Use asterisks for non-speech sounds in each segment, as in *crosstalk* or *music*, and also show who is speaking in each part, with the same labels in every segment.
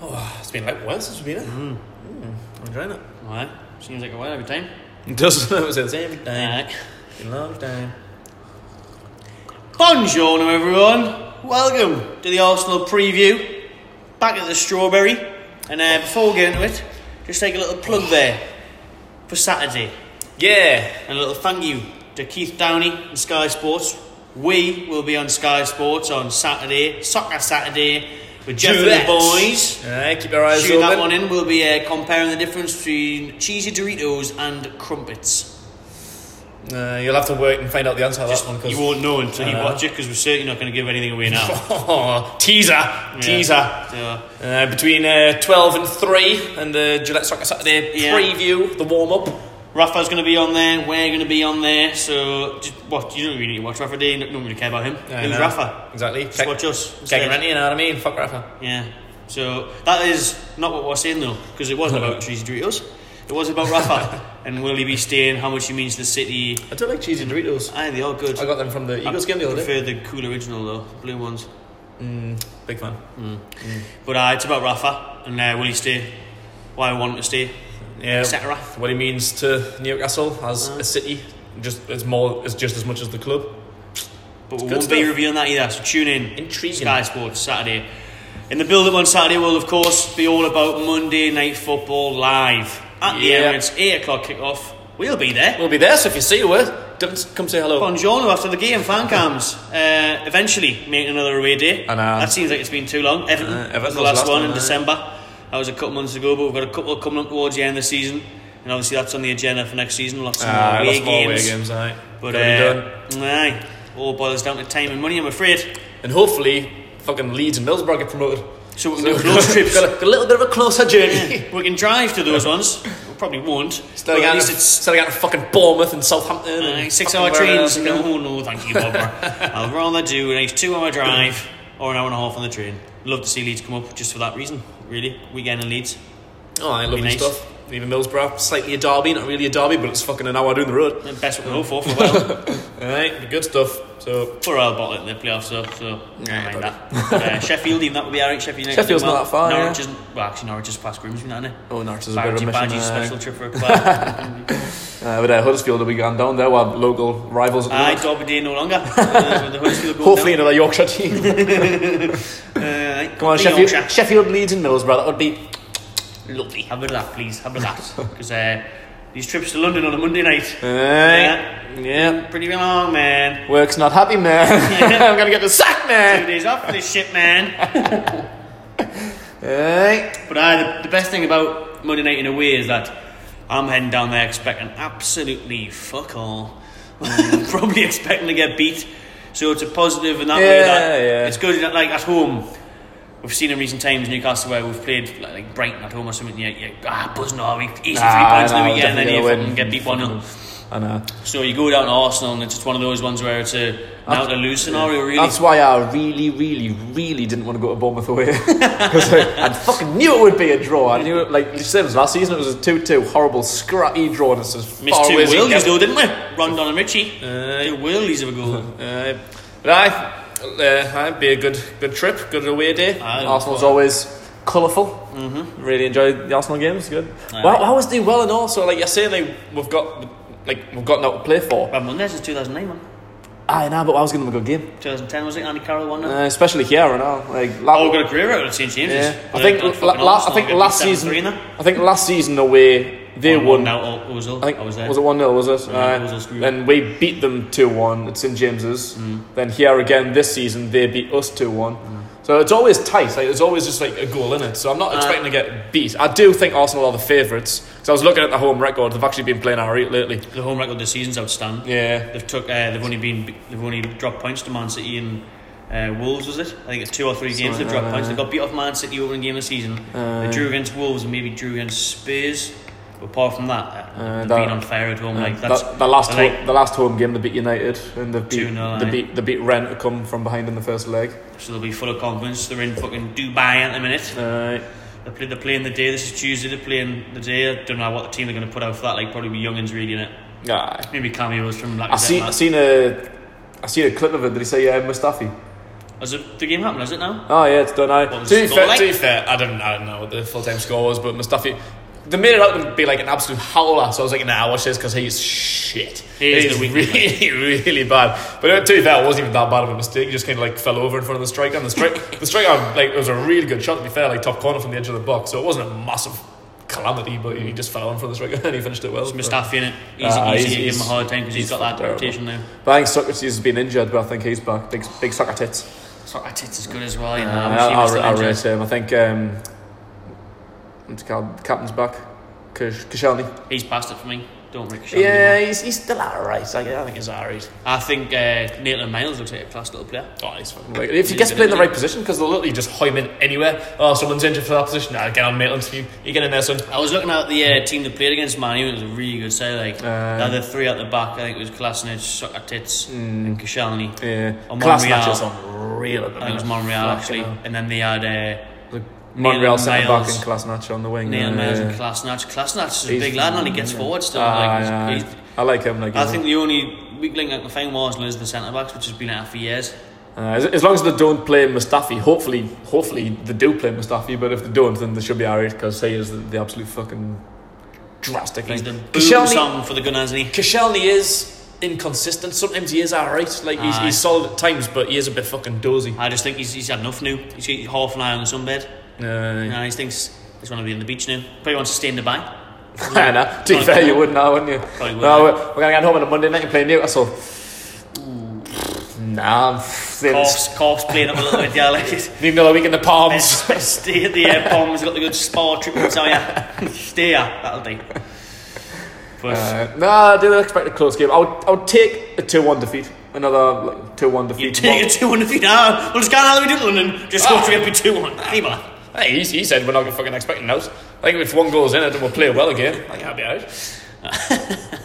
Speaker 1: Oh, it's been like a while since we've been here. Mm, I'm enjoying it.
Speaker 2: Alright. Seems like a while every time.
Speaker 1: It does. It was the same time.
Speaker 2: Alright.
Speaker 1: Been a long time.
Speaker 2: Buongiorno, everyone. Welcome to the Arsenal preview. Back at the Strawberry. And uh, before we get into it, just take a little plug there for Saturday.
Speaker 1: Yeah.
Speaker 2: And a little thank you to Keith Downey and Sky Sports. We will be on Sky Sports on Saturday, Soccer Saturday, with Jeff and the
Speaker 1: Gillette.
Speaker 2: boys.
Speaker 1: Alright, keep your eyes
Speaker 2: Tune
Speaker 1: open.
Speaker 2: that one in. We'll be uh, comparing the difference between cheesy Doritos and crumpets.
Speaker 1: Uh, you'll have to wait and find out the answer to that one.
Speaker 2: You won't know until you
Speaker 1: Uh,
Speaker 2: watch it because we're certainly not going to give anything away
Speaker 1: *laughs*
Speaker 2: now.
Speaker 1: Oh, *laughs* teaser. Teaser.
Speaker 2: So,
Speaker 1: Uh, between uh, 12 and 3 and the Gillette Soccer Saturday
Speaker 2: Yeah.
Speaker 1: preview, the warm up.
Speaker 2: Rafa's going to be on there. We're going to be on there. So just watch. You don't really need to watch Rafa. Do you? you don't really care about him. Who's Rafa?
Speaker 1: Exactly.
Speaker 2: Just watch us.
Speaker 1: Keg
Speaker 2: instead.
Speaker 1: Rennie, you know what I mean? Fuck Rafa.
Speaker 2: Yeah. So that is not what we're saying though, because
Speaker 1: *laughs*
Speaker 2: it wasn't about cheesy Doritos. It was about Rafa and will he be staying? How much he means to the city?
Speaker 1: I do like cheesy Doritos.
Speaker 2: Aye, they are good.
Speaker 1: I got them from the Eagles game the other day.
Speaker 2: prefer the cool original though, blue ones.
Speaker 1: Big fan.
Speaker 2: But uh, it's about Rafa and uh, will he stay? Why I want him to stay,
Speaker 1: Yeah.
Speaker 2: etc.
Speaker 1: What he means to Newcastle as
Speaker 2: Uh-huh.
Speaker 1: a city, just it's more, it's just as much as the club.
Speaker 2: But we
Speaker 1: good
Speaker 2: won't be
Speaker 1: stuff.
Speaker 2: reviewing that either. So tune in.
Speaker 1: Intriguing.
Speaker 2: Sky Sports Saturday. In the build-up on Saturday will of course be all about Monday Night Football live at
Speaker 1: Yeah.
Speaker 2: the Emirates, eight o'clock kick-off. We'll be there.
Speaker 1: We'll be there, so if you see us, don't come say hello.
Speaker 2: Bongiorno after the game, fan cams. Uh, eventually, make another away day.
Speaker 1: I know.
Speaker 2: That seems like it's been too long. Everton,
Speaker 1: Uh, Everton
Speaker 2: was the
Speaker 1: was
Speaker 2: last,
Speaker 1: last
Speaker 2: one
Speaker 1: one,
Speaker 2: in
Speaker 1: aye.
Speaker 2: December. That was a couple months ago, but we've got a couple coming up towards the end of the season. And obviously, that's on the agenda for next season. Lots of
Speaker 1: Ah,
Speaker 2: away,
Speaker 1: lots
Speaker 2: games.
Speaker 1: more away games, aye.
Speaker 2: But,
Speaker 1: Gotta be done.
Speaker 2: uh, aye, all boils down to time and money, I'm afraid.
Speaker 1: And hopefully, fucking Leeds and Middlesbrough get promoted.
Speaker 2: *laughs* So we can do close trips.
Speaker 1: got, a, got a little bit of a closer journey. *laughs*
Speaker 2: we can drive to those ones. We probably won't.
Speaker 1: Instead
Speaker 2: but
Speaker 1: of
Speaker 2: at
Speaker 1: going
Speaker 2: least
Speaker 1: to-
Speaker 2: it's
Speaker 1: instead of going to fucking Bournemouth and Southampton. and
Speaker 2: six
Speaker 1: fucking
Speaker 2: hour
Speaker 1: wherever
Speaker 2: trains.
Speaker 1: else we go.
Speaker 2: No, no, thank
Speaker 1: *laughs*
Speaker 2: you, Bob. I'd rather do a nice two hour drive or an hour and a half on the train. Love to see Leeds come up just for that reason, really. Weekend in Leeds.
Speaker 1: Oh, I love
Speaker 2: nice.
Speaker 1: stuff. Even Middlesbrough, slightly a derby, not really a derby, but it's fucking an hour down the road.
Speaker 2: And Best we can hope for for a
Speaker 1: *laughs*
Speaker 2: while.
Speaker 1: Alright, the good stuff. So
Speaker 2: We're all bottle it in the playoffs, though, so I
Speaker 1: Yeah,
Speaker 2: don't mind that. But, uh, Sheffield, even that would be alright. Sheffield United
Speaker 1: Sheffield's
Speaker 2: do well.
Speaker 1: not that far, yeah.
Speaker 2: Norwich isn't, well, actually, Norwich is past Grimsby, isn't it?
Speaker 1: Oh Norwich is a bit of
Speaker 2: Badgy,
Speaker 1: a mission.
Speaker 2: Badgy, special
Speaker 1: Uh, *laughs*
Speaker 2: trip for a club.
Speaker 1: uh, but uh, Huddersfield will be going down there, our local rivals at the
Speaker 2: Aye,
Speaker 1: moment.
Speaker 2: Derby Day
Speaker 1: *laughs*
Speaker 2: no longer. Uh, the Huddersfield going
Speaker 1: Hopefully
Speaker 2: down.
Speaker 1: another Yorkshire
Speaker 2: *laughs*
Speaker 1: team.
Speaker 2: Uh,
Speaker 1: Come on,
Speaker 2: the
Speaker 1: Sheffield,
Speaker 2: Yorkshire.
Speaker 1: Sheffield Leeds and Middlesbrough, that would be lovely.
Speaker 2: Have a bit of that, please. Have a bit *laughs* of that. Because uh, these trips to London on a Monday night,
Speaker 1: Alright, yeah.
Speaker 2: pretty long, man.
Speaker 1: Work's not happy,
Speaker 2: *laughs*
Speaker 1: man. *laughs* I'm gonna get the sack,
Speaker 2: Two
Speaker 1: man.
Speaker 2: days off for this
Speaker 1: *laughs*
Speaker 2: shit, man.
Speaker 1: Alright.
Speaker 2: But uh, the, the best thing about Monday night in a way is that I'm heading down there expecting absolutely fuck all.
Speaker 1: Mm.
Speaker 2: *laughs* Probably expecting to get beat. So it's a positive in that way.
Speaker 1: Yeah,
Speaker 2: That
Speaker 1: yeah.
Speaker 2: It's good. That, like at home, we've seen in recent times Newcastle where we've played like, like Brighton at home or something. Yeah, yeah. Ah, buzzing all week. Easy three points in the weekend, and then you fucking get beat one 0
Speaker 1: I know.
Speaker 2: So you go down to Arsenal, and it's just one of those ones where it's a now to lose scenario. Really,
Speaker 1: That's why I really, really, really didn't want to go to Bournemouth away *laughs* because I, I fucking knew it would be a draw. I knew it, like you said, it was last season. It was a two-two horrible, scrappy draw, and it's as
Speaker 2: missed
Speaker 1: far
Speaker 2: two
Speaker 1: away Uh, as it
Speaker 2: worldies
Speaker 1: gets.
Speaker 2: though, didn't we? Rondon and Richie, two worldies of a goal.
Speaker 1: *laughs* Uh, but I, uh, would be a good, good trip, good away day.
Speaker 2: Aye.
Speaker 1: Arsenal's always colorful Mm-hmm. Really enjoyed the Arsenal games. Good.
Speaker 2: Aye.
Speaker 1: Well, I always do well, and also like you're saying, like we've got, like we've got now to play for.
Speaker 2: Brad Monday since 2009, man.
Speaker 1: I know, but I was going to have a good game,
Speaker 2: 2010 was it? Andy Carroll won.
Speaker 1: uh,
Speaker 2: Uh,
Speaker 1: especially here and all. Like,
Speaker 2: oh, got a career out of St James's.
Speaker 1: Yeah. I
Speaker 2: But
Speaker 1: think
Speaker 2: that
Speaker 1: la-
Speaker 2: fucking
Speaker 1: la- I
Speaker 2: Arsenal
Speaker 1: think
Speaker 2: get
Speaker 1: last
Speaker 2: beat 7-3
Speaker 1: season
Speaker 2: in that.
Speaker 1: I think last season away they
Speaker 2: One
Speaker 1: won.
Speaker 2: now, oh, Ozil.
Speaker 1: I think
Speaker 2: was there.
Speaker 1: was it one 0 was it?
Speaker 2: Yeah,
Speaker 1: Aye.
Speaker 2: Ozil screwed.
Speaker 1: then we beat them two one at St James's.
Speaker 2: Mm.
Speaker 1: Then here again this season they beat us two one. So it's always tight. Like it's always just like a goal in it. So I'm
Speaker 2: Uh,
Speaker 1: not expecting to get beat. I do think Arsenal are the favourites because I was looking at the home record. They've actually been playing our lately.
Speaker 2: The home record this season's outstanding.
Speaker 1: Yeah.
Speaker 2: They've took. Uh, they've only been. They've only dropped points to Man City and uh, Wolves. Was it? I think it's two or three games they've
Speaker 1: like
Speaker 2: dropped
Speaker 1: that,
Speaker 2: points. They
Speaker 1: yeah. Uh,
Speaker 2: got beat off Man City opening game of the season. they drew against Wolves and maybe drew against Spurs. But apart from that, uh,
Speaker 1: Uh,
Speaker 2: they've
Speaker 1: that-
Speaker 2: been on fire at home. like that's
Speaker 1: Mm. the, the last
Speaker 2: like,
Speaker 1: home, the last home game they beat United and they beat
Speaker 2: 2-0,
Speaker 1: they
Speaker 2: aye.
Speaker 1: beat they beat Ren to come from behind in the first leg.
Speaker 2: So they'll be full of confidence. They're in fucking Dubai at the minute.
Speaker 1: Aye.
Speaker 2: They play, they're playing the day. This is Tuesday. They're playing the day. I don't know what the team they're going to put out for that. Like probably be youngins really in it.
Speaker 1: Aye.
Speaker 2: Maybe cameos from like
Speaker 1: I seen I seen a I seen a clip of it. Did he say yeah, Mustafi?
Speaker 2: Has it, the game happened? Has it now?
Speaker 1: Oh yeah, it's done. I
Speaker 2: What was
Speaker 1: to,
Speaker 2: the
Speaker 1: be
Speaker 2: score
Speaker 1: fair,
Speaker 2: like?
Speaker 1: to be fair, I don't, I don't know what the full time score was, but Mustafi, they made it out to be like an absolute howler. So I was like, nah, watch this because he's shit.
Speaker 2: He is
Speaker 1: he's
Speaker 2: the weak link.
Speaker 1: really, *laughs* really bad. But uh, to be fair, it wasn't even that bad of a mistake. He just kind of like fell over in front of the striker, and the strike, *laughs* the striker, like it was a really good shot. To be fair, like top corner from the edge of the box, so it wasn't a massive calamity, but he just fell in front of the striker *laughs* and he finished it well.
Speaker 2: It's Mustafi in it. Easy,
Speaker 1: Ah, Uh,
Speaker 2: easy
Speaker 1: he's-
Speaker 2: to give him a
Speaker 1: he's-
Speaker 2: hard time because he's got that
Speaker 1: terrible.
Speaker 2: reputation there.
Speaker 1: But I think Socrates has been injured, but I think he's back. Big, big soccer tits.
Speaker 2: So that tits is good as well. You know,
Speaker 1: Uh,
Speaker 2: I'm
Speaker 1: I'll,
Speaker 2: assuming it's
Speaker 1: I'll,
Speaker 2: not
Speaker 1: I'll
Speaker 2: injured.
Speaker 1: rate him. I think um, what's it called? The captain's back. Kish- Kishelny.
Speaker 2: He's passed it for me. Don't Rick Shannon.
Speaker 1: Yeah, he's, he's still alright. I, I think he's alright.
Speaker 2: I think uh, Nathan Miles looks like a class little player.
Speaker 1: Oh, he's fucking great. If he gets played in the right position, because they'll literally just hoim in anywhere. Oh, someone's injured for that position. Nah, get on Maitland's team. You get in there, son.
Speaker 2: I was looking at the uh, team that played against Man U, and it was a really good side. Like
Speaker 1: Uh,
Speaker 2: the other three at the back, I think it was Kolasinac, Sokatits,
Speaker 1: Hmm.
Speaker 2: and Koscielny.
Speaker 1: Yeah.
Speaker 2: On
Speaker 1: Class
Speaker 2: Monreal.
Speaker 1: matches on real at the
Speaker 2: I think it was
Speaker 1: minute.
Speaker 2: Monreal
Speaker 1: Fucking
Speaker 2: actually,
Speaker 1: hell.
Speaker 2: and then they had uh,
Speaker 1: Like, Monreal centre back
Speaker 2: Miles.
Speaker 1: and Class on the wing.
Speaker 2: Nathan Miles
Speaker 1: yeah.
Speaker 2: and Kolasinac. Kolasinac is a
Speaker 1: He's-
Speaker 2: big lad, and he gets forward still.
Speaker 1: Ah,
Speaker 2: like,
Speaker 1: yeah,
Speaker 2: he's- he's-
Speaker 1: I like him. Like,
Speaker 2: I
Speaker 1: he's-
Speaker 2: think the only weak link I can find was is the centre backs, which has been out for years.
Speaker 1: Uh, as, as long as they don't play Mustafi, hopefully, hopefully they do play Mustafi. But if they don't, then they should be alright because he is the, the absolute fucking drastic
Speaker 2: He's the
Speaker 1: thing.
Speaker 2: boom
Speaker 1: Koscielny,
Speaker 2: song for the Gunners, isn't he?
Speaker 1: Koscielny is inconsistent. Sometimes he is alright. Like he's,
Speaker 2: Aye.
Speaker 1: he's solid at times, but he is a bit fucking dozy.
Speaker 2: I just think he's, he's had enough now. He's got half an eye on the sunbed.
Speaker 1: Uh,
Speaker 2: And he thinks he's going to be on the beach now. Probably wants to stay in Dubai.
Speaker 1: *laughs* I know. To be fair, you would now, wouldn't you?
Speaker 2: Probably would,
Speaker 1: no,
Speaker 2: yeah.
Speaker 1: we're, we're gonna get home on a Monday night and play Newcastle. Nah, I'm saying it's-
Speaker 2: Coughs, coughs playing up a little bit, yeah, like it.
Speaker 1: need another week in the palms.
Speaker 2: Stay at the air bomb has got the good spa treatments on you. Stay here, that'll do. But
Speaker 1: Uh, nah, I didn't expect a close game. I would, I would take a 2 1 defeat. Another like, 2 1 defeat.
Speaker 2: you take a 2 1 if you know. We'll just go and have a doodle and just go for a 2 1. Hey, man.
Speaker 1: Hey, he, he said we're not fucking expecting those. I think if one goes in it, then we'll play well again. I think I'll be out.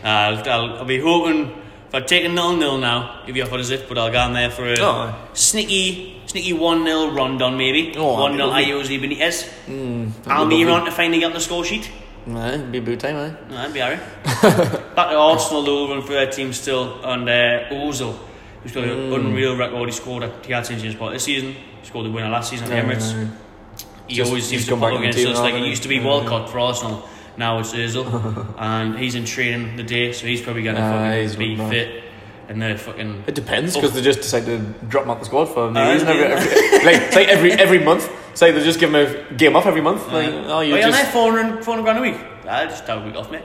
Speaker 2: Uh, I'll, I'll, I'll be hoping if I take a 0 0 now, if you offered us it, but I'll go in there for a
Speaker 1: Oh, aye.
Speaker 2: sneaky, sneaky 1 0 Rondon, maybe.
Speaker 1: Oh,
Speaker 2: 1 0
Speaker 1: that'd be Hmm,
Speaker 2: Ayuzi Benitez.
Speaker 1: be
Speaker 2: I'll be
Speaker 1: lovely.
Speaker 2: around to finally get on the score sheet.
Speaker 1: Nah, be boot time, eh?
Speaker 2: No, that'd be alright.
Speaker 1: *laughs*
Speaker 2: Back to Arsenal, though, run for their team still, and uh, Ozil, who's got
Speaker 1: Hmm.
Speaker 2: an unreal record. He scored at the Argentinian spot this season. He scored the winner last season at the Emirates. He
Speaker 1: Just-
Speaker 2: always
Speaker 1: just
Speaker 2: seems to
Speaker 1: come back
Speaker 2: put
Speaker 1: in the
Speaker 2: against
Speaker 1: team
Speaker 2: us.
Speaker 1: now,
Speaker 2: Like it
Speaker 1: hasn't he?
Speaker 2: used to be Walcott for Arsenal, now it's
Speaker 1: *laughs*
Speaker 2: Ozil, and he's in training the day, so he's probably going to
Speaker 1: Aye, he's
Speaker 2: fucking be
Speaker 1: looking mad.
Speaker 2: fit. And they're fucking.
Speaker 1: It depends because they just decide to drop him out the squad for no
Speaker 2: Aye,
Speaker 1: reason. Every,
Speaker 2: yeah.
Speaker 1: every, *laughs* like, say every every month. Say they just give him a game off every month. Like, oh, you
Speaker 2: But you're on
Speaker 1: just,
Speaker 2: there 400, 400 grand a week. I just have a
Speaker 1: *laughs*
Speaker 2: week off, mate.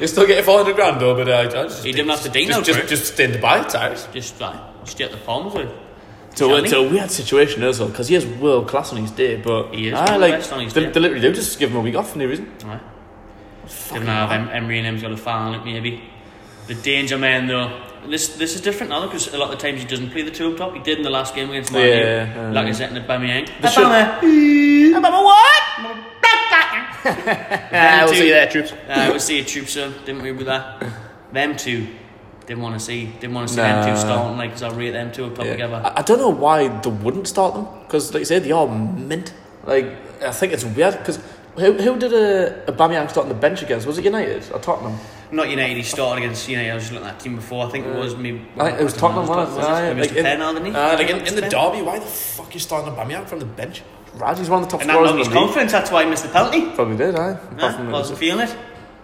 Speaker 1: you still get 400 grand though, but uh, I just,
Speaker 2: He didn't have to ding
Speaker 1: just,
Speaker 2: no
Speaker 1: just,
Speaker 2: prick.
Speaker 1: just stand by it, Tyrus.
Speaker 2: just like, stay at the palms with.
Speaker 1: So
Speaker 2: Johnny?
Speaker 1: it's a weird situation as well because he is world class on his day, but
Speaker 2: He is
Speaker 1: Ah,
Speaker 2: world
Speaker 1: like,
Speaker 2: class on his
Speaker 1: they,
Speaker 2: day.
Speaker 1: they literally do just give him a week off for no reason.
Speaker 2: Right. Didn't have em- Emery and him's got a foul in it maybe. The danger man though. This this is different now because a lot of times he doesn't play the two up top. He did in the last game against Man
Speaker 1: Yeah,
Speaker 2: U. Like he's setting it by Aubameyang.
Speaker 1: should-
Speaker 2: Aubameyang.
Speaker 1: *laughs*
Speaker 2: Aubameyang what?
Speaker 1: Ah,
Speaker 2: we'll see you
Speaker 1: there,
Speaker 2: *laughs*
Speaker 1: troops.
Speaker 2: Uh, we'll see a troop sir. Didn't we with that? Them two. Didn't want to see. Didn't want to see them
Speaker 1: Nah.
Speaker 2: two starting like because I rate them two up top
Speaker 1: Yeah.
Speaker 2: together.
Speaker 1: I, I don't know why they wouldn't start them because, like you said, they are mint. Like I think it's weird because who, who did a Aubameyang start on the bench against? Was it United or Tottenham?
Speaker 2: Not United. He started against United. I was just looking at that team before. I think it was maybe.
Speaker 1: I think it was Tottenham.
Speaker 2: Was
Speaker 1: Wasn't
Speaker 2: it?
Speaker 1: it?
Speaker 2: He missed
Speaker 1: like,
Speaker 2: a penalty, didn't he?
Speaker 1: uh, like in, in the
Speaker 2: Missed a
Speaker 1: derby, why the fuck are you starting Aubameyang from the bench? Raj, he's one of the top
Speaker 2: And that
Speaker 1: scorers in
Speaker 2: knocked
Speaker 1: the
Speaker 2: his
Speaker 1: league.
Speaker 2: confidence. That's why he missed the penalty.
Speaker 1: Probably did, aye. Apart
Speaker 2: Huh?
Speaker 1: from it was,
Speaker 2: Wasn't feeling it.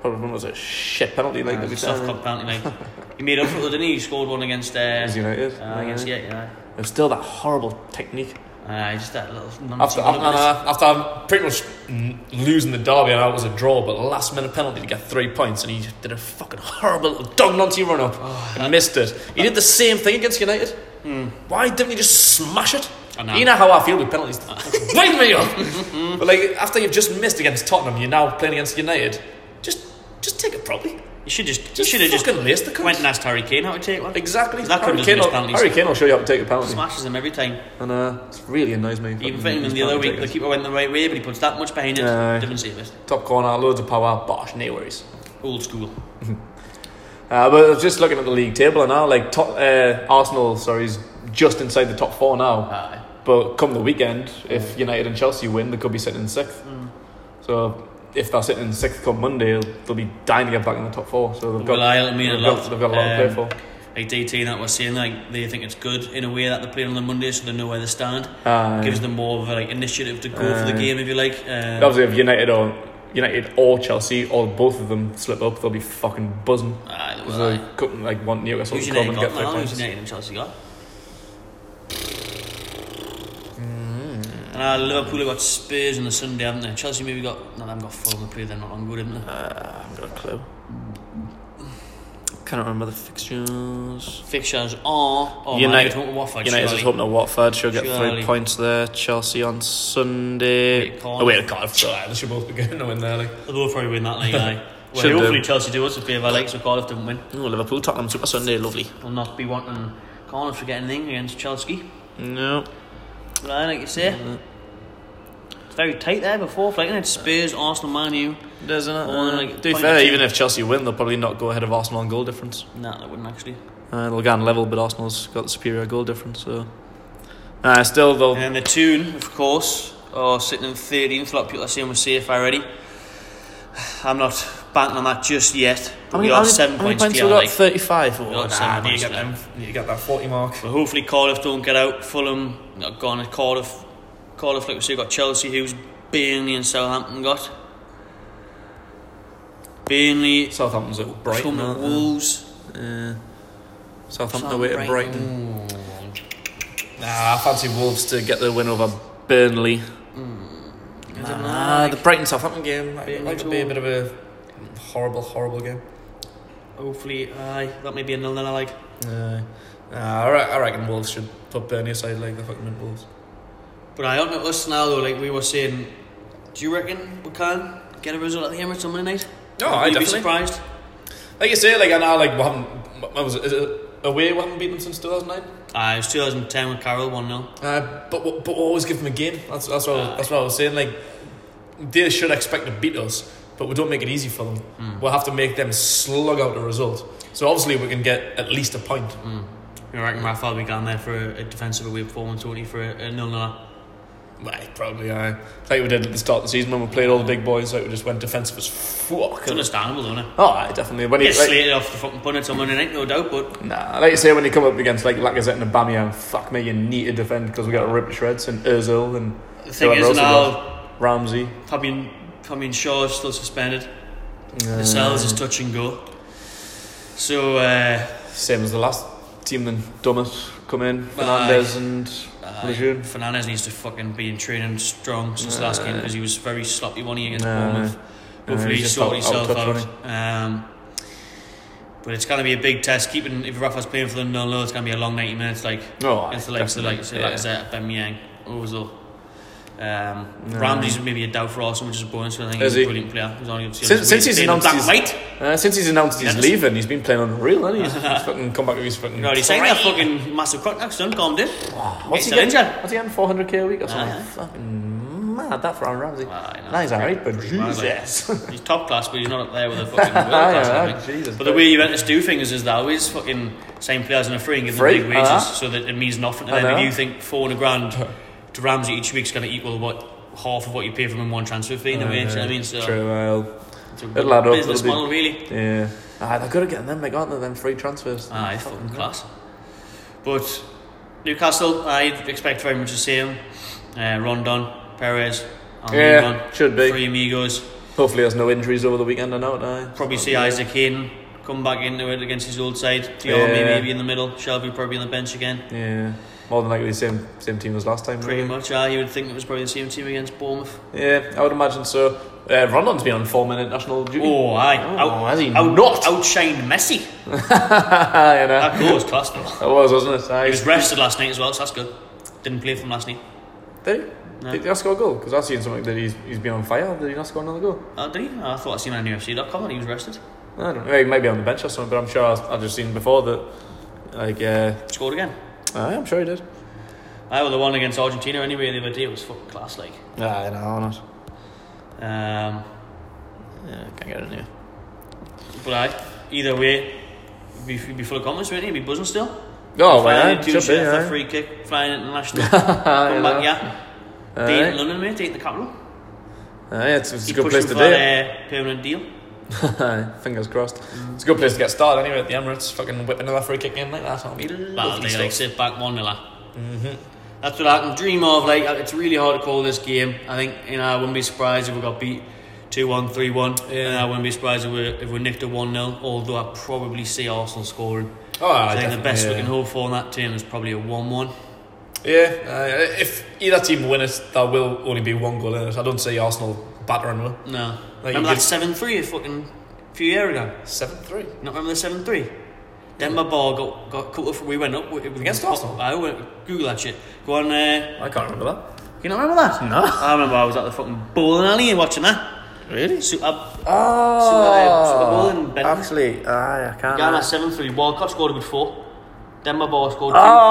Speaker 1: probably from it was a shit penalty, like
Speaker 2: It
Speaker 1: that
Speaker 2: was
Speaker 1: we
Speaker 2: a soft
Speaker 1: said.
Speaker 2: cock
Speaker 1: *laughs*
Speaker 2: penalty, mate. He made up for it, though, didn't he? He scored one against. Uh,
Speaker 1: It was United.
Speaker 2: Uh, against
Speaker 1: aye.
Speaker 2: yeah, yeah.
Speaker 1: It was still that horrible technique.
Speaker 2: Uh, just that little nonsense.
Speaker 1: After, after, after I'm pretty much n- losing the derby and I was a draw, but last minute penalty to get three points, and he did a fucking horrible little dog noncy run up
Speaker 2: Oh,
Speaker 1: and missed it. He did the same thing against United. Why didn't he just smash it?
Speaker 2: Hmm. I know.
Speaker 1: You know how I feel with
Speaker 2: *laughs*
Speaker 1: penalties. Wind me up! but like after you've just missed against Tottenham, you're now playing against United. Just, just take it properly.
Speaker 2: you should just, you
Speaker 1: Just
Speaker 2: should have just
Speaker 1: fucking laced the cunt.
Speaker 2: went and asked Harry Kane how to take one.
Speaker 1: Exactly.
Speaker 2: That
Speaker 1: Harry
Speaker 2: couldn't
Speaker 1: Kane,
Speaker 2: miss
Speaker 1: will,
Speaker 2: penalties.
Speaker 1: Harry Kane will show you how to take a penalty,
Speaker 2: Smashes them every time.
Speaker 1: and uh, it really annoys me.
Speaker 2: Even
Speaker 1: Fucking
Speaker 2: for him
Speaker 1: these
Speaker 2: the other
Speaker 1: penalty
Speaker 2: week, the
Speaker 1: takers.
Speaker 2: keeper went the right way, but he puts that much behind it.
Speaker 1: Aye.
Speaker 2: Didn't save it.
Speaker 1: top corner, loads of power, bosh, no worries.
Speaker 2: Old school.
Speaker 1: Uh, but I was just looking at the league table and now, like top, uh, Arsenal, sorry, is just inside the top four now.
Speaker 2: Aye.
Speaker 1: But come the weekend, if United and Chelsea win, they could be sitting in sixth.
Speaker 2: Mm.
Speaker 1: So if they're sitting in sixth come Monday, they'll be dying to get back in the top four. So they've got,
Speaker 2: Well, I'll mean a
Speaker 1: they've
Speaker 2: lot.
Speaker 1: got, they've got a lot
Speaker 2: Um,
Speaker 1: to play for.
Speaker 2: like DT and that was saying, like they think it's good in a way that they're playing on the Monday, so they know where they stand.
Speaker 1: Aye.
Speaker 2: Gives them more of a, like initiative to go for the
Speaker 1: Aye.
Speaker 2: game, if you like. Um,
Speaker 1: Obviously, if United or United or Chelsea or both of them slip up, they'll be fucking buzzing.
Speaker 2: aye, they
Speaker 1: Because
Speaker 2: will,
Speaker 1: they
Speaker 2: aye.
Speaker 1: couldn't like want Newcastle
Speaker 2: Uh, Who's
Speaker 1: to
Speaker 2: United
Speaker 1: come and get
Speaker 2: got? now?
Speaker 1: three
Speaker 2: Who's
Speaker 1: points.
Speaker 2: United and Chelsea got?
Speaker 3: Mm.
Speaker 2: And uh, Liverpool have got Spurs on the Sunday, haven't they? Chelsea maybe got no, they haven't got Fulham. They played them not long ago, didn't they?
Speaker 3: Uh, I haven't got a clue. Can't remember the fixtures.
Speaker 2: Fixtures are oh,
Speaker 3: United-
Speaker 2: United home to Watford.
Speaker 3: United's
Speaker 2: surely.
Speaker 3: at home to Watford. She'll get
Speaker 2: Surely.
Speaker 3: three points there. Chelsea on Sunday.
Speaker 2: Wait, Cardiff.
Speaker 3: Oh, wait, Cardiff.
Speaker 1: So, aye, they should both be getting a win there. Like.
Speaker 2: They'll probably win that league. aye.
Speaker 3: *laughs*
Speaker 2: Well,
Speaker 3: Should
Speaker 2: hopefully
Speaker 3: do.
Speaker 2: Chelsea do us a favour, like so Cardiff didn't win.
Speaker 3: Oh, Liverpool, Tottenham, Super Sunday. Lovely.
Speaker 2: They'll not be wanting Cardiff to get anything against Chelsea.
Speaker 3: No.
Speaker 2: Right, like you say.
Speaker 3: Mm-hmm.
Speaker 2: It's very tight there before, like and it's Spurs, Arsenal, Man U.
Speaker 3: Doesn't it?
Speaker 2: Well, like,
Speaker 3: to be
Speaker 2: point
Speaker 3: fair,
Speaker 2: two.
Speaker 3: even if Chelsea win, they'll probably not go ahead of Arsenal on goal difference.
Speaker 2: Nah, they wouldn't actually.
Speaker 3: Uh, they'll get on level, but Arsenal's got the superior goal difference, so. Uh, still, they'll.
Speaker 2: And then the tune, of course, are sitting in 13th. A lot of people are saying we're safe already. I'm not banking on that just yet. But we are seven
Speaker 3: how many
Speaker 2: points
Speaker 3: points
Speaker 2: clear.
Speaker 3: we got?
Speaker 2: like.
Speaker 3: 35.
Speaker 2: We
Speaker 3: Oh,
Speaker 2: got
Speaker 3: nah,
Speaker 2: seven
Speaker 1: need
Speaker 2: points
Speaker 1: to get
Speaker 2: clear.
Speaker 1: them. Need to get that forty mark.
Speaker 2: But hopefully Cardiff don't get out. Fulham not gone. Cardiff, Cardiff like we say got Chelsea, who's Burnley and Southampton got. Burnley,
Speaker 1: Southampton's at
Speaker 2: Brighton,
Speaker 1: Brighton. aren't they?
Speaker 2: Wolves.
Speaker 3: Uh, Southampton away to Brighton.
Speaker 1: Nah, I fancy Wolves.
Speaker 3: Wolves to get the win over Burnley.
Speaker 2: I don't
Speaker 3: Nah,
Speaker 2: know.
Speaker 3: the Brighton Southampton game might
Speaker 2: Burnley
Speaker 3: might
Speaker 2: to
Speaker 3: be a bit of a horrible, horrible game.
Speaker 2: Hopefully, aye, that may be another nil like.
Speaker 1: Uh, nah, I, re- I reckon Wolves should put Burnley aside like the fucking mint Wolves.
Speaker 2: But I don't know us now though. Like we were saying, do you reckon we can get a result at the Emirates on Monday night?
Speaker 1: No,
Speaker 2: Would
Speaker 1: I
Speaker 2: you be
Speaker 1: definitely.
Speaker 2: surprised.
Speaker 1: Like you say, like I know, like we haven't. What was it? Is it away? We haven't beaten since two thousand nine.
Speaker 2: Aye, it was 2010 with Carroll one 0
Speaker 1: Uh, but we- but we always give them a game. That's that's what I was, that's what I was saying. Like they should expect to beat us, but we don't make it easy for them.
Speaker 2: Hmm.
Speaker 1: We'll have to make them slug out a result. So obviously we can get at least a point.
Speaker 2: Hmm. You reckon Rafael we gone there for a, a defensive away performance, Tony, for a, a nil nil?
Speaker 1: Well, probably I like we did at the start of the season when we played all the big boys. Like we just went defensive as fuck.
Speaker 2: It's understandable, don't it?
Speaker 3: Oh, aye, definitely. When
Speaker 2: Get
Speaker 3: he, like,
Speaker 2: slated off the fucking punnets on Monday night, no doubt. But
Speaker 1: Nah, like you say, when you come up against like Lacazette and Aubameyang, fuck me, you need to defend because we got ripped to shreds and Özil and
Speaker 2: the thing
Speaker 1: whoever else
Speaker 2: is
Speaker 1: we got.
Speaker 2: now,
Speaker 1: Ramsey.
Speaker 2: Fabian Fabian Shaw is still suspended.
Speaker 1: Uh,
Speaker 2: The cells is touch and go. So uh,
Speaker 1: Same as the last team, then Dumas come in, Fernandez and
Speaker 2: Uh,
Speaker 1: Lejeune.
Speaker 2: Fernandez needs to fucking be in training strong since last game because he was very sloppy one against
Speaker 1: Uh, Nah.
Speaker 2: Bournemouth.
Speaker 1: Nah,
Speaker 2: Hopefully he
Speaker 1: he's Uh, just
Speaker 2: sorted
Speaker 1: out-
Speaker 2: himself
Speaker 1: out of touch,
Speaker 2: out. Um, but it's going to be a big test. Keeping if Rafa's playing for them, no, no, it's going to be a long ninety minutes. Like
Speaker 1: Oh, aye,
Speaker 2: it's the likes of like say,
Speaker 1: definitely,
Speaker 2: like Zeta, Ben Yang, Ozil. Um,
Speaker 1: Nah.
Speaker 2: Ramsey's maybe a doubt for Arsenal, which is a bonus. I think
Speaker 1: Is
Speaker 2: he's a
Speaker 1: he?
Speaker 2: brilliant player. He's only obviously
Speaker 1: Since- since he's
Speaker 2: playing on
Speaker 1: announced
Speaker 2: that
Speaker 1: his-
Speaker 2: right.
Speaker 1: Uh, since he's announced he's
Speaker 2: Yeah, that's-
Speaker 1: leaving, he's been playing unreal, hasn't he?
Speaker 2: *laughs*
Speaker 1: He's, he's fucking come back with his fucking.
Speaker 2: You already saying that fucking massive contracts done, calmed in.
Speaker 1: What's he
Speaker 2: He's an
Speaker 1: getting?
Speaker 2: injured.
Speaker 1: What's he getting? Four hundred k a week or something?
Speaker 2: Aye.
Speaker 1: Fucking mad that for Aaron Ramsey.
Speaker 2: I know.
Speaker 1: Nah, he's alright, but
Speaker 2: Pretty mad, like.
Speaker 1: Jesus.
Speaker 2: He's top class, but he's not up there with a fucking world
Speaker 1: Ah, *laughs*
Speaker 2: class.
Speaker 1: yeah,
Speaker 2: I think.
Speaker 1: Jesus.
Speaker 2: But the way Juventus do things is they always fucking sign players on a free and give them
Speaker 1: Free,
Speaker 2: big wages,
Speaker 1: uh-huh.
Speaker 2: so that it means nothing. And
Speaker 1: I
Speaker 2: then if
Speaker 1: know.
Speaker 2: you think four hundred grand to Ramsey each week's going to equal what half of what you pay for him in one transfer fee, in a way. do you know what I
Speaker 1: *laughs*
Speaker 2: mean? So
Speaker 1: True. Well,
Speaker 2: it's a
Speaker 1: It'll add up,
Speaker 2: business
Speaker 1: it'll be-
Speaker 2: model, really.
Speaker 1: yeah. Ah, they're good at getting them, like, aren't they? Them free transfers.
Speaker 2: Aye, Ah, fucking class. But Newcastle, I expect very much the same. Uh, Rondon, Perez,
Speaker 1: Yeah, should be.
Speaker 2: Three amigos.
Speaker 1: Hopefully, there's no injuries over the weekend. I know. Aye.
Speaker 2: Probably see Isaac Hayden come back into it against his old side. Diarmi
Speaker 1: Yeah.
Speaker 2: maybe in the middle. Shelby probably on the bench again.
Speaker 1: Yeah, more than likely the same same team as last time.
Speaker 2: Pretty
Speaker 1: really.
Speaker 2: much, uh, you would think it was probably the same team against Bournemouth.
Speaker 1: Yeah, I would imagine so. Uh, Rondon's been on four minute national duty.
Speaker 2: Oh, aye.
Speaker 1: Oh, has he
Speaker 2: out,
Speaker 1: not?
Speaker 2: Outshined Messi.
Speaker 1: *laughs* you know.
Speaker 2: That goal was class, though.
Speaker 1: That was, wasn't it? Aye.
Speaker 2: He was rested last night as well, so that's good. Didn't play for him last night.
Speaker 1: Did he? Did he not score a goal? Because I've seen something that he's, he's been on fire. Did he not score another goal?
Speaker 2: Oh, did he? I thought I'd seen on UFC.com and he was rested.
Speaker 1: I don't know. He might be on the bench or something, but I'm sure I've, I've just seen before that. Like, uh,
Speaker 2: Scored again.
Speaker 1: aye, I'm sure he did.
Speaker 2: I well, the one against Argentina anyway the other day was fucking class, like.
Speaker 1: Aye, no, not.
Speaker 2: Um,
Speaker 3: yeah, can't get in here.
Speaker 2: but aye, either way, we'd be, we'd be full of confidence, wouldn't he? Be buzzing still.
Speaker 1: Oh, well,
Speaker 2: Flying into
Speaker 1: aye, should be,
Speaker 2: Utrecht, a
Speaker 1: aye. *laughs*
Speaker 2: free kick, flying international.
Speaker 1: Aye,
Speaker 2: Come
Speaker 1: you
Speaker 2: back,
Speaker 1: know.
Speaker 2: yeah. Dean
Speaker 1: Aye.
Speaker 2: London, mate, Dean the capital.
Speaker 1: Aye, it's, it's a
Speaker 2: He's
Speaker 1: good
Speaker 2: pushing
Speaker 1: place
Speaker 2: for
Speaker 1: to do it.
Speaker 2: a permanent deal.
Speaker 1: Fingers crossed. It's a good place to get started anyway at the Emirates. Fucking whip another free kick in like that. That'll be
Speaker 2: That'll
Speaker 1: lovely
Speaker 2: be like
Speaker 1: stuff.
Speaker 2: sit back one 0 Mm-hmm. That's what I can dream of. Like it's really hard to call this game. I think you know I wouldn't be surprised if we got beat 2-1, 3-1.
Speaker 1: Yeah.
Speaker 2: And I wouldn't be surprised if we if we nicked a one 0 Although I probably see Arsenal scoring.
Speaker 1: Oh,
Speaker 2: I think the
Speaker 1: definitely,
Speaker 2: best
Speaker 1: yeah.
Speaker 2: we can hope for in that team is probably a one one.
Speaker 1: Yeah, uh, if either team win it, there will only be one goal in it. I don't see Arsenal battering with
Speaker 2: No,
Speaker 1: Like you
Speaker 2: remember that
Speaker 1: did-
Speaker 2: seven three a fucking few year ago.
Speaker 1: seven three.
Speaker 2: Not remember the seven three. Denver ball got got cut off. We went up with- with-
Speaker 1: Against Arsenal?
Speaker 2: I went Google that shit. Go on. Uh,
Speaker 1: I can't remember that.
Speaker 2: You not remember that?
Speaker 1: No.
Speaker 2: I remember I was at the fucking bowling alley and watching that.
Speaker 1: Really?
Speaker 2: Suit up.
Speaker 1: Oh,
Speaker 2: Super Bowl in Benton.
Speaker 1: actually, aye, I can't.
Speaker 2: Ghana 7 3. Walcott scored a good four. Denver Ball scored two.
Speaker 1: Oh,
Speaker 2: Denver Ball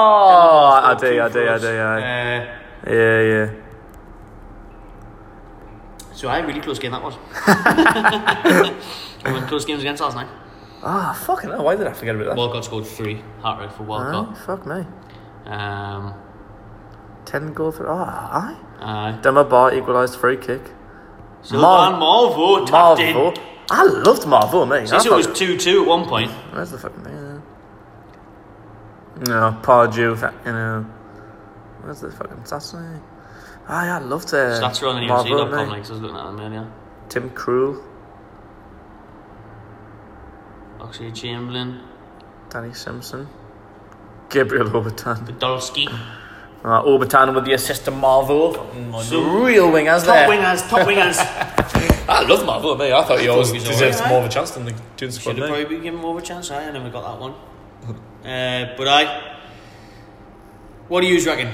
Speaker 1: I
Speaker 2: scored
Speaker 1: do,
Speaker 2: two
Speaker 1: I do,
Speaker 2: for
Speaker 1: I
Speaker 2: us.
Speaker 1: do,
Speaker 2: Uh,
Speaker 1: Yeah, yeah.
Speaker 2: so I had a really close game
Speaker 1: *laughs*
Speaker 2: that was. I went close games against last night.
Speaker 1: Ah, fucking hell, why did I forget about that?
Speaker 2: Walcott scored three. Hat trick for
Speaker 4: Oh,
Speaker 2: Walcott.
Speaker 4: fuck me.
Speaker 2: Um,
Speaker 4: 10 goal for. Oh,
Speaker 1: ah,
Speaker 4: aye.
Speaker 2: aye.
Speaker 4: Demma Bar equalised free kick.
Speaker 2: Sylvan Marvo tapped
Speaker 4: Marvel.
Speaker 2: in.
Speaker 4: I loved Marvel, mate.
Speaker 2: Since it was 2 2 at one point.
Speaker 4: Where's the Oh, fucking man? No, Pardew, fa- you know. Where's the fucking Saturday? Ah, yeah, I loved it.
Speaker 2: That's on the
Speaker 4: Marvel,
Speaker 2: UFC.com,
Speaker 4: mate.
Speaker 2: like, 'cause I was looking at them earlier.
Speaker 4: Tim Krul,
Speaker 2: Oxley Chamberlain,
Speaker 4: Danny Simpson, Gabriel Obertan.
Speaker 2: *laughs* Podolski.
Speaker 4: Uh, Obertan with the assist to Marvel.
Speaker 2: So-
Speaker 4: Real wingers
Speaker 2: Mm, Top
Speaker 4: there.
Speaker 2: wingers, top *laughs* wingers.
Speaker 1: I love Marvel, mate. I thought he always
Speaker 2: he was
Speaker 1: deserves
Speaker 2: alright.
Speaker 1: more of a chance than the June squad.
Speaker 2: Should have
Speaker 1: mate.
Speaker 2: probably been given more of a chance. I never got that one. Uh, but I. What do you reckon?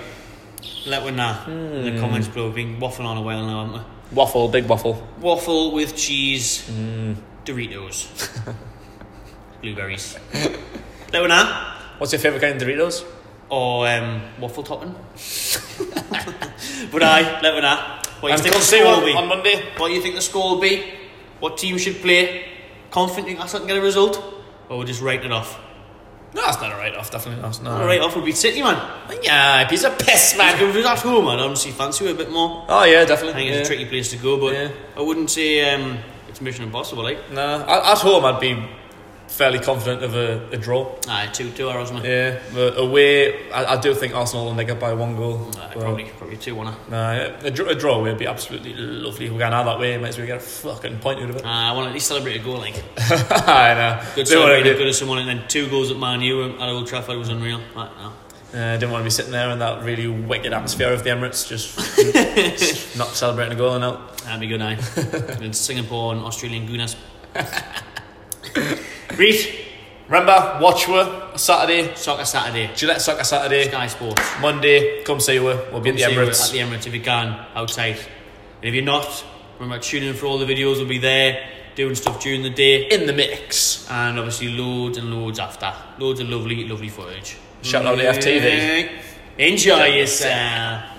Speaker 2: Let one know in the comments below. We've been waffling on a while now, haven't
Speaker 1: Waffle, big waffle.
Speaker 2: we? Waffle with cheese, Doritos, blueberries. Let one know.
Speaker 1: What's your favourite kind of Doritos?
Speaker 2: Or um, waffle topping. *laughs* but I, let one know. uh, What do you
Speaker 1: And
Speaker 2: think
Speaker 1: come
Speaker 2: the
Speaker 1: see
Speaker 2: score
Speaker 1: on,
Speaker 2: will be?
Speaker 1: on Monday.
Speaker 2: What do you think the score will be? What team should play? Confident you can actually get a result? Or we're just writing it off?
Speaker 1: No, that's not a write off, definitely not. No.
Speaker 2: Right off would be City, man.
Speaker 1: Yeah, piece of piss, *laughs*
Speaker 2: Like, *laughs*
Speaker 1: man.
Speaker 2: if it was at home, I'd honestly fancy it a bit more.
Speaker 1: Oh, yeah,
Speaker 2: I
Speaker 1: definitely.
Speaker 2: think it's
Speaker 1: yeah.
Speaker 2: a tricky place to go, but
Speaker 1: Yeah.
Speaker 2: I wouldn't say um, it's mission impossible, like.
Speaker 1: No, at, at home I'd be fairly confident of a, a draw.
Speaker 2: Aye, 2 2 hours, man.
Speaker 1: Yeah, but away, I, I do think Arsenal will nick it by one goal.
Speaker 2: Aye,
Speaker 1: But,
Speaker 2: probably, probably 2 1.
Speaker 1: Nah, a, dr- a draw would be absolutely lovely. If we're going out that way, might as well get a fucking point out of it.
Speaker 2: I want to at least celebrate a
Speaker 1: *laughs*
Speaker 2: goal,
Speaker 1: I
Speaker 2: like.
Speaker 1: know.
Speaker 2: Good
Speaker 1: didn't, want
Speaker 2: celebrating,
Speaker 1: to
Speaker 2: good as someone, and then two goals at Man U at Old Trafford was unreal. Right, no.
Speaker 1: be, uh, didn't want to be sitting there in that really wicked atmosphere of the Emirates, just *laughs* not celebrating a goal and out.
Speaker 2: That'd be
Speaker 1: *laughs*
Speaker 2: good, aye. and Singapore and Australian Gunas. Reef,
Speaker 1: Remember, watch her Saturday,
Speaker 2: Soccer Saturday,
Speaker 1: Gillette Soccer Saturday,
Speaker 2: Sky Sports.
Speaker 1: Monday, come see her. We'll be at
Speaker 2: Come
Speaker 1: the
Speaker 2: see you
Speaker 1: Emirates.
Speaker 2: At the Emirates, if you can, outside. And if you're not, remember tuning in for all the videos. We'll be there doing stuff during the day,
Speaker 1: in the mix.
Speaker 2: and obviously loads and loads after. Loads of lovely, lovely footage.
Speaker 1: Shout out to FTV.
Speaker 2: Enjoy yourself.